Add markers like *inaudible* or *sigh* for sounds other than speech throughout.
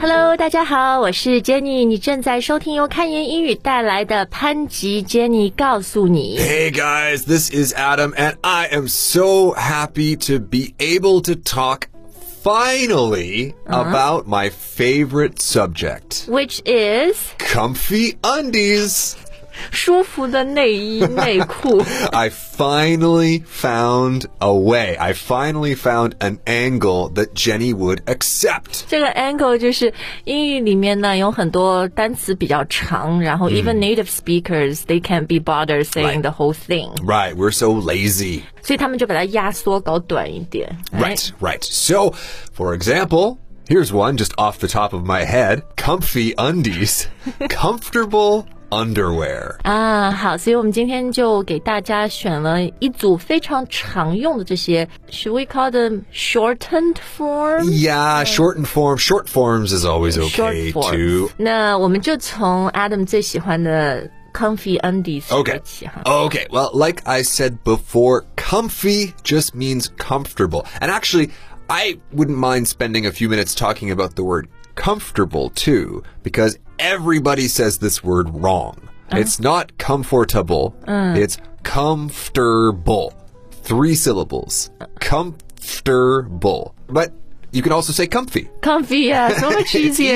Hello，大家好，我是 Jenny，你正在收听由看言英语带来的潘吉 Jenny 告诉 *laughs* 你。 Hey guys, this is Adam, and I am so happy to be able to talk finally about my favorite subject Which is comfy undies. 舒服的内衣内 *laughs* 裤， I finally found a way. I finally found an angle that Jenny would accept. 这个 angle 就是英语里面呢有很多单词比较长，然后 even native speakers they can't be bothered saying 嗯 Right. the whole thing， Right, we're so lazy. 所以他们就把它压缩搞短一点。 Right, right. So, for example, here's one just off the top of my head comfy undies, comfortable underwear. 啊，好，所以我们今天就给大家选了一组非常常用的这些，should we call them shortened form？ Yeah, shortened form. Short forms is always okay Short form too. 那我们就从 Adam 最喜欢的 comfy undies 说 Okay. 起哈。 Okay, well, like I said before, comfy just means comfortable. And actually, I wouldn't mind spending a few minutes talking about the word comfortable too, because everybody says this word wrong. Uh-huh. It's not comfortable, Uh. it's comfortable. Three syllables. Uh. Comfortable. But you can also say comfy. comfy *laughs* 啊，so much It's easier。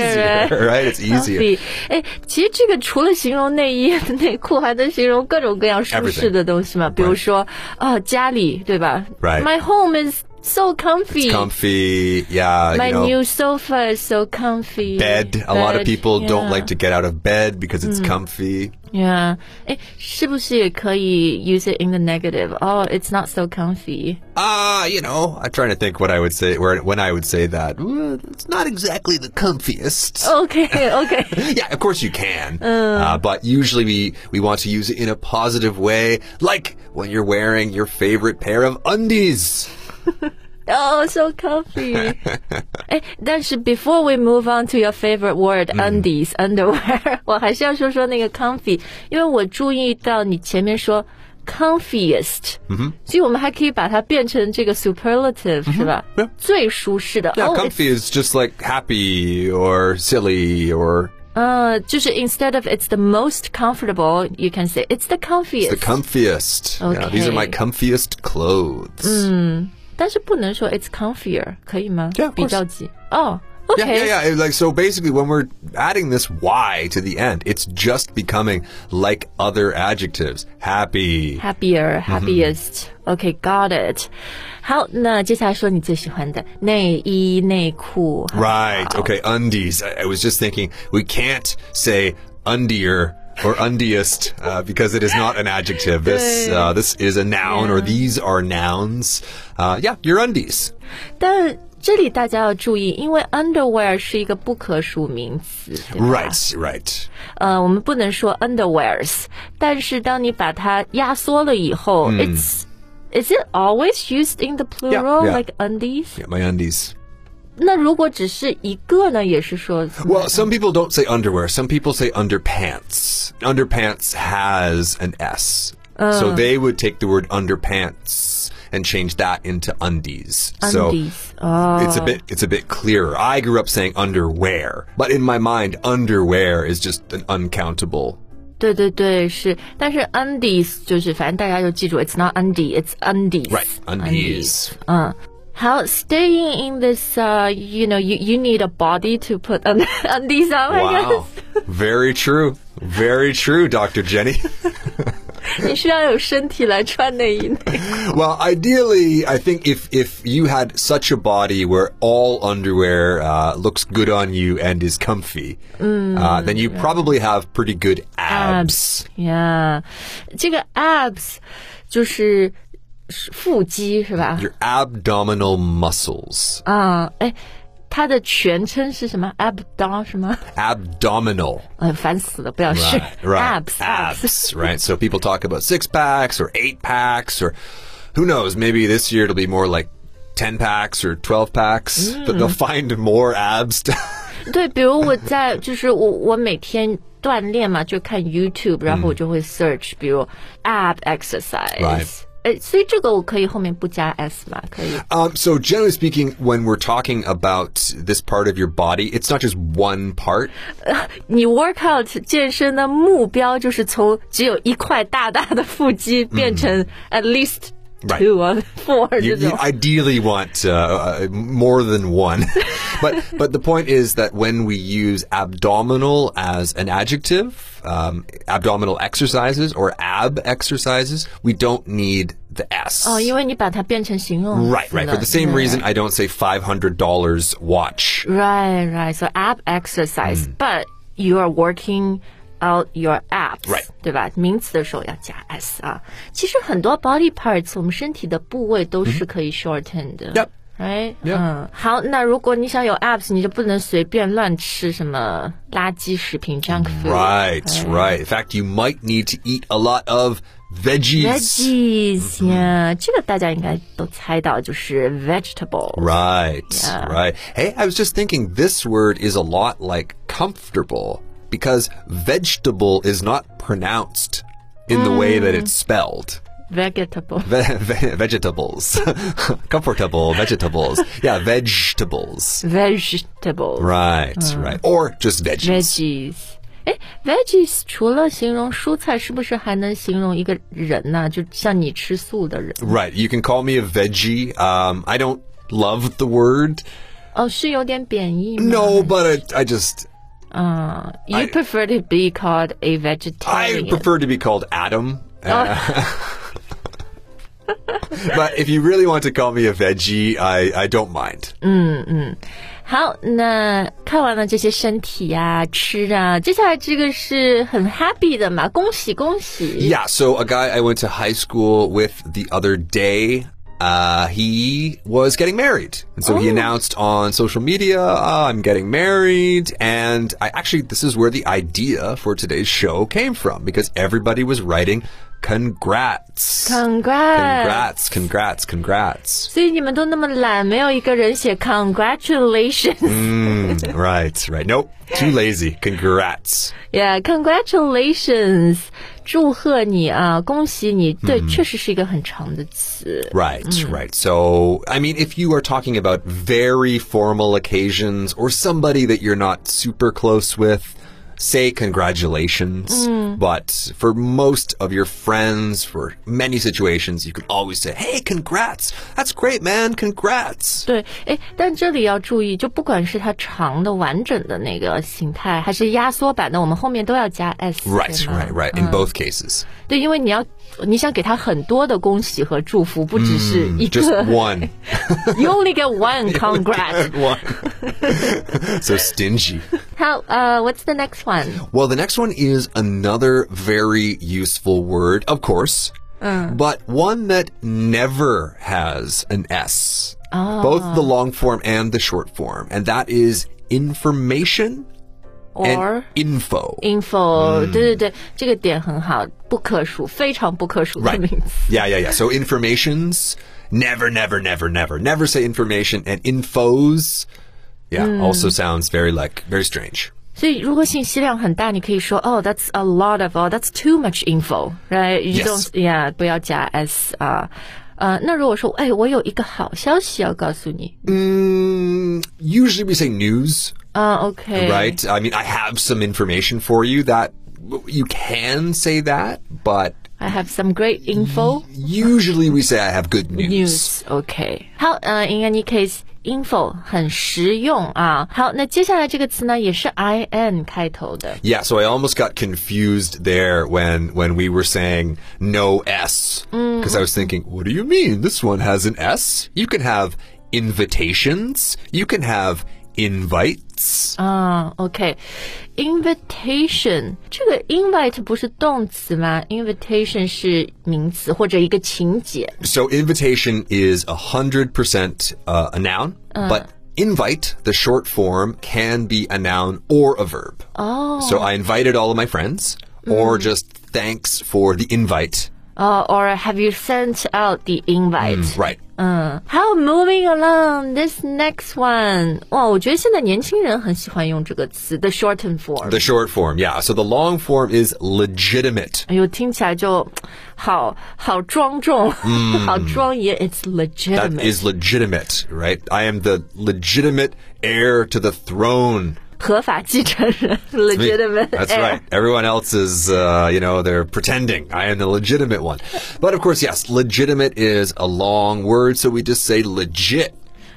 easier, *laughs* right? It's easier. comfy，哎，其实这个除了形容内衣、 *laughs* 内裤，还能形容各种各样舒适的东西嘛，比如说啊、家里对吧 Right My home is so comfy. comfy. Yeah, My you know, new sofa is so comfy. bed. A lot of Bed, people don't yeah. Mm. like to get out of bed because it's comfy. Yeah，哎，是不是也可以 use it in the negative? Oh, it's not so *laughs* comfy. Ah, you know, I'm trying to think what I would say where when I would say that. "Well, It's not exactly the comfiest. OK OK， Yeah, of course you can, uh, but usually we we want to use it in a positive way, like when you're wearing your favorite pair of undies. oh so *laughs* comfy. 哎，但是 before we move on to your favorite word, Mm. undies, *laughs* underwear，我还是要说说那个 comfy，因为我注意到你前面说 comfiest，所以我们还可以把它变成这个 superlative，是吧？最舒适的。 Yeah, Oh, it's comfy is just like happy or silly or 呃，就是 instead of it's the most comfortable, you can say it's the comfiest. the comfiest. Yeah, these are my Okay. Mm. comfiest clothes. 但是不能说 it's comfier，可以吗 Yeah, of course. 比较级哦、o Yeah, k yeah, yeah. It- Like so, basically, when we're adding this "y" to the end, it's just becoming like other adjectives: happy, Happier, Mm-hmm. happiest.、OK, got it. 好，那接下来说你最喜欢的内衣、内裤。 right? Okay, undies. I, I was just thinking we can't say undier or undiest uh, because it is not an adjective. This uh, this is a noun, or these are nouns. Uh, yeah, your undies. 但这里大家要注意，因为 underwear 是一个不可数名词，对吧 Right, right. 呃，我们不能说 underwears，但是当你把它压缩了以后、i t s Is it always used in the plural, Mm。 yeah. like undies? Yeah, my undies. 那如果只是一个呢，也是说 Well, some people don't say underwear. Some people say underpants. Underpants has an S. So they would take the word underpants and change that into undies. So undies 哦。 it's a bit it's a bit clearer. I grew up saying underwear, but in my mind underwear is just an uncountable. 对对对，是，但是 undies 就是，反正大家就记住，it's not undie，it's undies。 Right, undies. 嗯，好，staying in this, uh, you know, you you need a body to put un *laughs* undies on. Wow. Very true. Very true, Dr. Jenny. *laughs* 你需要有身体来穿内衣。 Well, ideally, I think if if you had such a body where all underwear uh, looks good on you and is comfy, uh, Mm, then you probably have pretty good abs. yeah，这个 abs 就是是腹肌是吧？ Your abdominal muscles, 啊，哎，它的全称是什么？abdomen 什么？ abdominal, *laughs* 呃，烦死了，不要试。 right? abs abs *laughs* abs, right? So people talk about six packs or eight packs or who knows? Maybe this year it'll be more like ten packs or twelve packs, but Mm. they'll find more abs. 对，比如我在就是我我每天嗯锻炼嘛，就看 YouTube，然后我就会 search，、比如 ab exercise，、 Right 哎，所以这个我可以后面不加 s 吧？可以。 Um, so generally speaking, when we're talking about this part of your body, it's not just one *laughs* part. 你 workout 健身的目标就是从只有一块大大的腹肌变成 at least 嗯 Right. two or four 这 You, you 种。 ideally want uh, uh, more than *laughs* one, but but the point is that when we use abdominal as an adjective, um, abdominal exercises or ab exercises, we don't need the s. 哦，因为你把它变成形容词 right, right. For 了 the same 对 reason, I don't say five hundred dollars watch. Right, right. So ab exercise, 嗯 but you are working out your abs, Right. 对吧？名词的时候要加 s 啊。其实很多 body parts，我们身体的部位都是可以 shorten 的。嗯 Yep. Right， Yep. 嗯，好，那如果你想有 abs，你就不能随便乱吃什么垃圾食品 junk food。 Right, right. In fact, you might need to eat a lot of veggies. Veggies 呀、嗯这个大家应该都猜到，就是 vegetable。 Right, Yeah. right. Hey, I was just thinking this word is a lot like comfortable because vegetable is not pronounced in the way that it's spelled. vegetable。 Ve- ve- vegetables. *laughs* comfortable vegetables. Yeah, vegetables. vegetable。 Right, right. Or just veggies. veggies。哎，veggies 除了形容蔬菜，是不是还能形容一个人呢、就像你吃素的人 right, you can call me a veggie. Um, I don't love the word. 哦，是有点贬义吗 No, but I, I just, 嗯，You prefer to be called a I vegetarian。 prefer to be called Adam. Uh, *laughs* but if you really want to call me a veggie, I, I don't mind. 好，那看完了这些身体啊、吃啊，接下来这个是很 happy 的嘛，恭喜恭喜 Yeah, so a guy I went to high school with the other day, uh, he was getting married. And so he announced on social media, "Ah, I'm getting married. And I actually, this is where the idea for today's show came from because everybody was writing, congrats. ，Congrats！ Congrats, congrats, congrats. 所以你们都那么懒，没有一个人写 Congratulations。 right, right. Nope. Too lazy. Congrats. Yeah, congratulations！祝贺你啊，恭喜你！对，嗯确实是一个很长的词。 Right, right. So, I mean, if you are talking about very formal occasions or somebody that you're not super close with, say congratulations. But for most of your friends, for many situations, you can always say, hey, congrats. That's great, man. Congrats. 对，哎，但这里要注意，就不管是它长的、完整的那个形态，还是压缩版的，我们后面都要加 s。 Right, 对吗 right, right. In both cases. 对，因为你要你想给他很多的恭喜和祝福，不只是一 *laughs* 嗯 Just 个。 one. You only get *laughs* one congrats. one. *laughs* so stingy. How? Uh, what's the next one? Well, the next one is another very useful word, of course, but one that never has an S. Both the long form and the short form, and that is information and Or info. 嗯 info？、对对对，这个点很好，不可数，非常不可数的 Right. 名词。 Yeah, yeah, yeah. So informations, never, never, never, never, never say information and infos. Yeah, also sounds very like very strange. 所以，如果信息量很大，你可以说，Oh, that's a lot of, oh, that's too much info, right? You Yes. don't, yeah，不要加 s 啊。呃，那如果说，哎，我有一个好消息要告诉你，嗯 Mm, usually we say news, 啊，OK， right? I mean, I have some information for you that you can say that, but I have some great info Mm-hmm. usually we say I have good news. news. OK，好，呃，in any case。info 很实用啊，好，那接下来这个词呢，也是 i n 开头的， Yeah, so I almost got confused there when when we were saying no S because I was thinking, what do you mean? This one has an S. You can have invitations. You can have invites. 啊，OK，invitation 这个 invite 不是动词吗？invitation 是名词或者一个情节。 So invitation is 100% uh, a noun, but invite, the short form, can be a noun or a verb. Oh. Mm. So I invited all of my friends, or just thanks for the invite uh, or have you sent out the invite? Right. 嗯，好，moving along this next one。哇，我觉得现在年轻人很喜欢用这个词，the shortened form。 The short form, yeah. So the long form is legitimate. 哎呦，听起来就好好庄重，好庄严。It's That legitimate， is legitimate, right? I am the legitimate heir to the throne. 合法继承人，legitimate。*laughs* That's right. Everyone else is, uh, you know, they're pretending. I am the legitimate one. But of course, yes, legitimate is a long word, so we just say legit.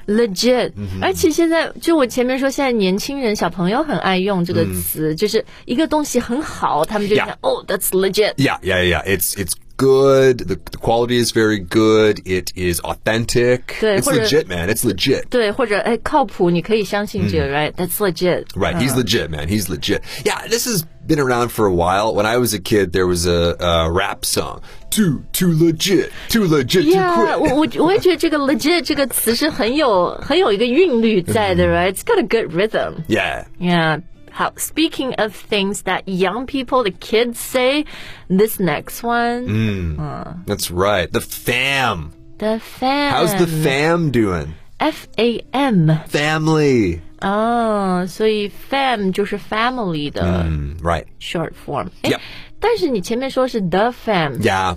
legit，、而且现在就我前面说，现在年轻人小朋友很爱用这个词，就是一个东西很好，他们就 Yeah 想哦、t h a t s legit。 Yeah, yeah, yeah. It's it's good. The, the quality is very good. It is authentic. Yeah, it's 或者- legit, man. It's legit. 对，或者哎，靠谱，你可以相信这个、r i g h t That's legit。 Right, he's Uh-huh. legit, man. He's legit. Yeah, this has been around for a while. When I was a kid, there was a, a rap song, "Too Too Legit, Too Legit Yeah， to Quit." 我我我也觉得这个 legit 这个词是很有很有一个韵律在的，right？It's got a good rhythm。 Yeah, Yeah. How, speaking of things that young people, the kids say, this next one, Mm. that's right. The fam. the fam. How's the fam doing? F A M? Family. 哦，所以 fam 就是 family 的 Mm, right. short form。哎 Yep 但是你前面说是 the fam，、 Yeah.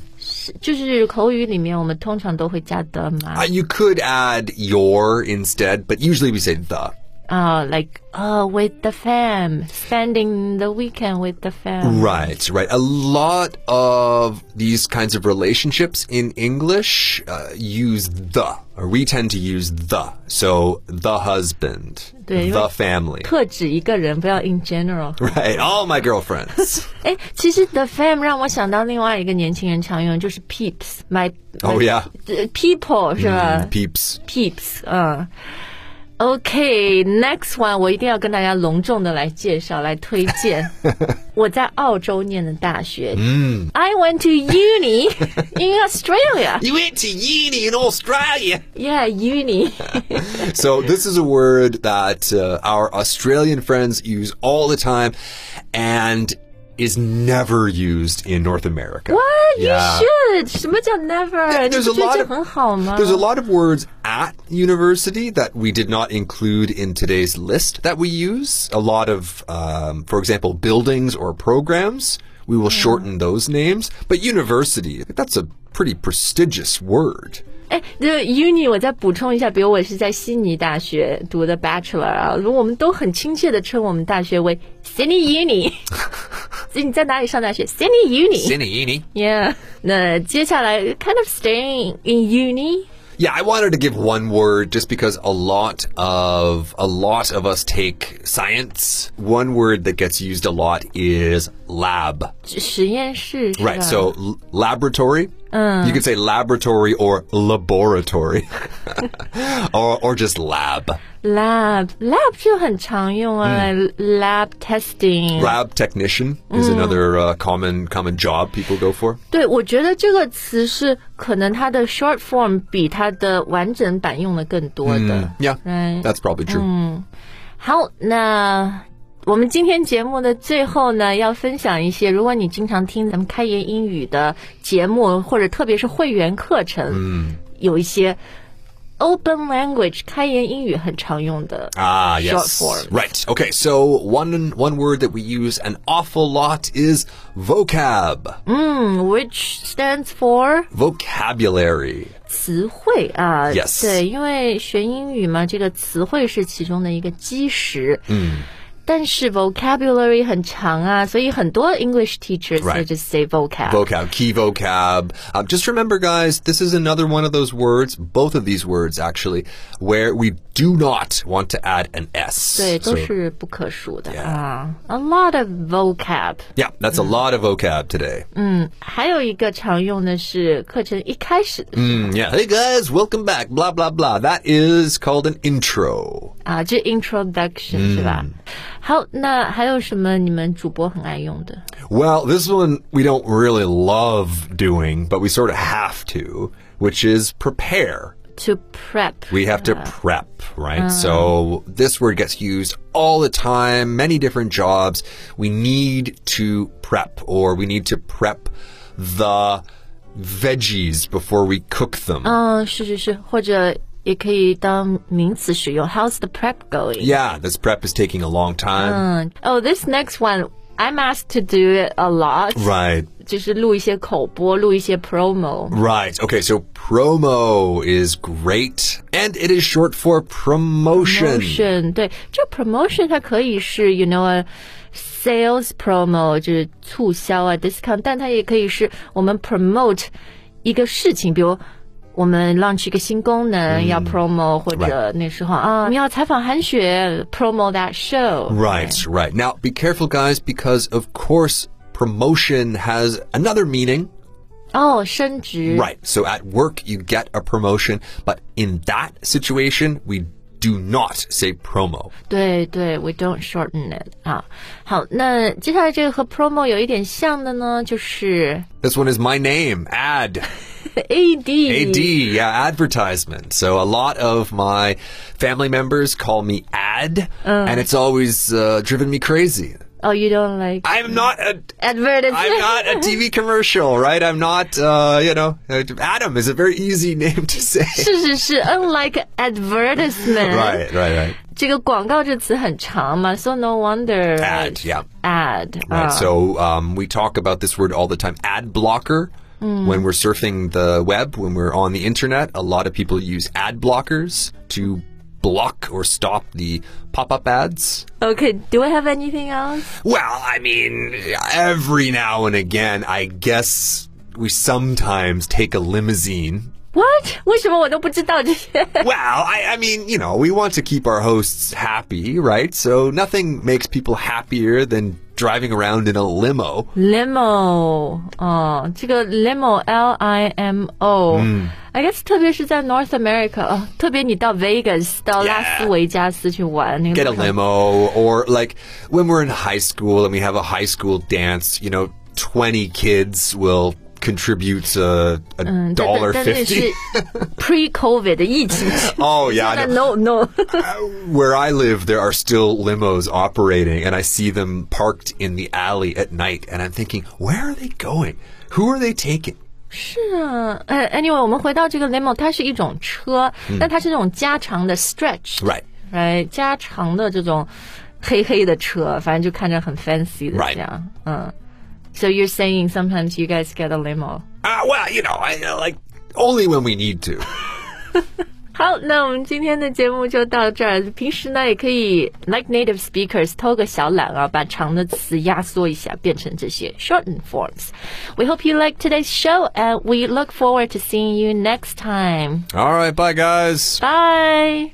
就是口语里面我们通常都会加 the Uh, 嘛。 you could add your instead, but usually we say the. 啊、l i k e oh with the fam，spending the weekend with the fam。 Right, right. A lot of these kinds of relationships in English uh, use the, or we tend to use the. So the husband, 对，因为- the family. *laughs* 特指一个人，不要 in general。 Right, all my girlfriends. 哎，其实 the fam 让我想到另外一个年轻人常用，就是 peeps，my Oh, yeah. Mm, 呃 people 是吧 Peeps. ？peeps，嗯。OK，next、one，我一定要跟大家隆重的来介绍、来推 *laughs* 荐。我在澳洲念的大学，嗯，I went to uni *laughs* in Australia. You went to uni in Australia. Yeah, uni. So this is a word that uh, our Australian friends use all the time and is never used in North America. What you Yeah. should？什么叫 never？你 there's 不觉 a 得 lot 这 of 很好吗 There's a lot of words at university that we did not include in today's list that we use. A lot of, um, for example, buildings or programs. We will shorten those names, but university that's a pretty prestigious word. 哎，这 uni 我再补充一下，比如我是在悉尼大学读的 bachelor 啊，如果我们都很亲切的称我们大学为 Sydney Uni。*laughs* 所以你在哪里上大学？Sydney Uni。Yeah，那接下来 kind of staying in uni。 Yeah, I wanted to give one word just because a lot of a lot of us take science. One word that gets used a lot is lab. 实验室是吧 Right. So l- laboratory. Uh. You could say laboratory or *laughs* laboratory, or or just lab. lab lab 就很常用啊、l a b testing。 Lab technician is Mm. another uh, common common job people go for. 对，我觉得这个词是可能它的 short form 比它的完整版用的更多的。 Yeah, Right. Mm. that's probably true. 好，那我们今天节目的最后呢，要分享一些，如果你经常听咱们开言英语的节目，或者特别是会员课程，嗯，有一些 open language 开言英语很常用的 Ah, short yes. form Right. Okay. So one one word that we use an awful lot is vocab. 嗯，which stands for vocabulary. 词汇啊 Yes 对，因为学英语嘛，这个词汇是其中的一个基石，嗯。但是 vocabulary 很长啊，所以很多 English teachers Right they just say vocab。 Vocab, key vocab. Um, just remember, guys, this is another one of those words, both of these words actually, where we do not want to add an S. 对， So, 都是不可数的 Yeah. 啊。A lot of vocab， yeah, that's a lot of vocab today. 还有一个常用的是课程一开始的时候 Mm, yeah. Hey, guys, welcome back, blah, blah, blah. That is called an intro. 啊，这 introduction、是吧？好，那还有什么你们主播很爱用的 Well, this one we don't really love doing, but we sort of have to, which is prepare. ？To prep， We have to prep, right? So this word gets used all the time, many different jobs. We need to prep or we need to prep the veggies before we cook them. 嗯，是是是，或者也可以当名词使用。How's the prep going? yeah, this prep is taking a long time. Mm. Oh, this next one, I'm asked to do it a lot. Right, 就是录一些口播，录一些 promo. right. Okay, so promo is great, and it is short for promotion. Promotion 对，这 promotion 它可以是 you know a sales promo 就是促销啊 discount，但它也可以是我们 promote 一个事情，比如。我们 launch 一个新功能，要 promo 或者那时候啊，我们要采访韩雪 promo that show。 Right, right. Now, be careful, guys, because of course, promotion has another meaning. 哦，升职。 Right. So at work, you get a promotion, but in that situation, we do not say promo. 对对，we don't shorten it 啊。好，那接下来这个和 promo 有一点像的呢，就是 This one is my name, ad. ad AD, yeah, advertisement. So a lot of my family members call me ad, and it's always uh, driven me crazy. 哦、y o u don't like I'm not a. I'm advertisement。 not a TV commercial, right? I'm not, uh, you know, Adam is a very easy name to say. 是是是，unlike advertisement。 right, right, right. 这个广告这词很长嘛，so no wonder Ad, it's yeah. ad Right. 啊 So um, we talk about this word all the time ad blocker. When we're surfing the web, when we're on the internet, a lot of people use ad blockers to block or stop the pop up ads. OK，do、I have anything else？ Well, I mean, every now and again, I guess we sometimes take a limousine. What？为什么我都不知道这些？ *laughs* well, I, I mean, you know, we want to keep our hosts happy, right? So nothing makes people happier than driving around in a limo. limo 哦，这个 limo L I M O，I guess 特别是在 North America 哦，特别你到 Vegas 到拉斯维加斯去玩那 get 个 a limo or like when we're in high school and we have a high school dance you know 20 kids will contribute uh, a 嗯，但 dollar 但但那 fifty 是 pre COVID 的疫情 *laughs* oh yeah 那 I know. no *laughs* no， where i live there are still limos operating and i see them parked in the alley at night and i'm thinking where are they going who are they taking 是啊，呃，anyway 我们回到这个 limo，它是一种车，但它是那种加长的 stretch， right right 加长的这种黑黑的车，反正就看着很 fancy 的 Right. 这样，嗯。So you're saying sometimes you guys get a limo？ uh, well you know I, uh, like only when we need to 好，那我们今天的节目就到这儿。平时呢，也可以 like native speakers 偷个小懒啊，把长的词压缩一下，变成这些 shortened forms。We hope you like today's show, and we look forward to seeing you next time. all right bye guys Bye.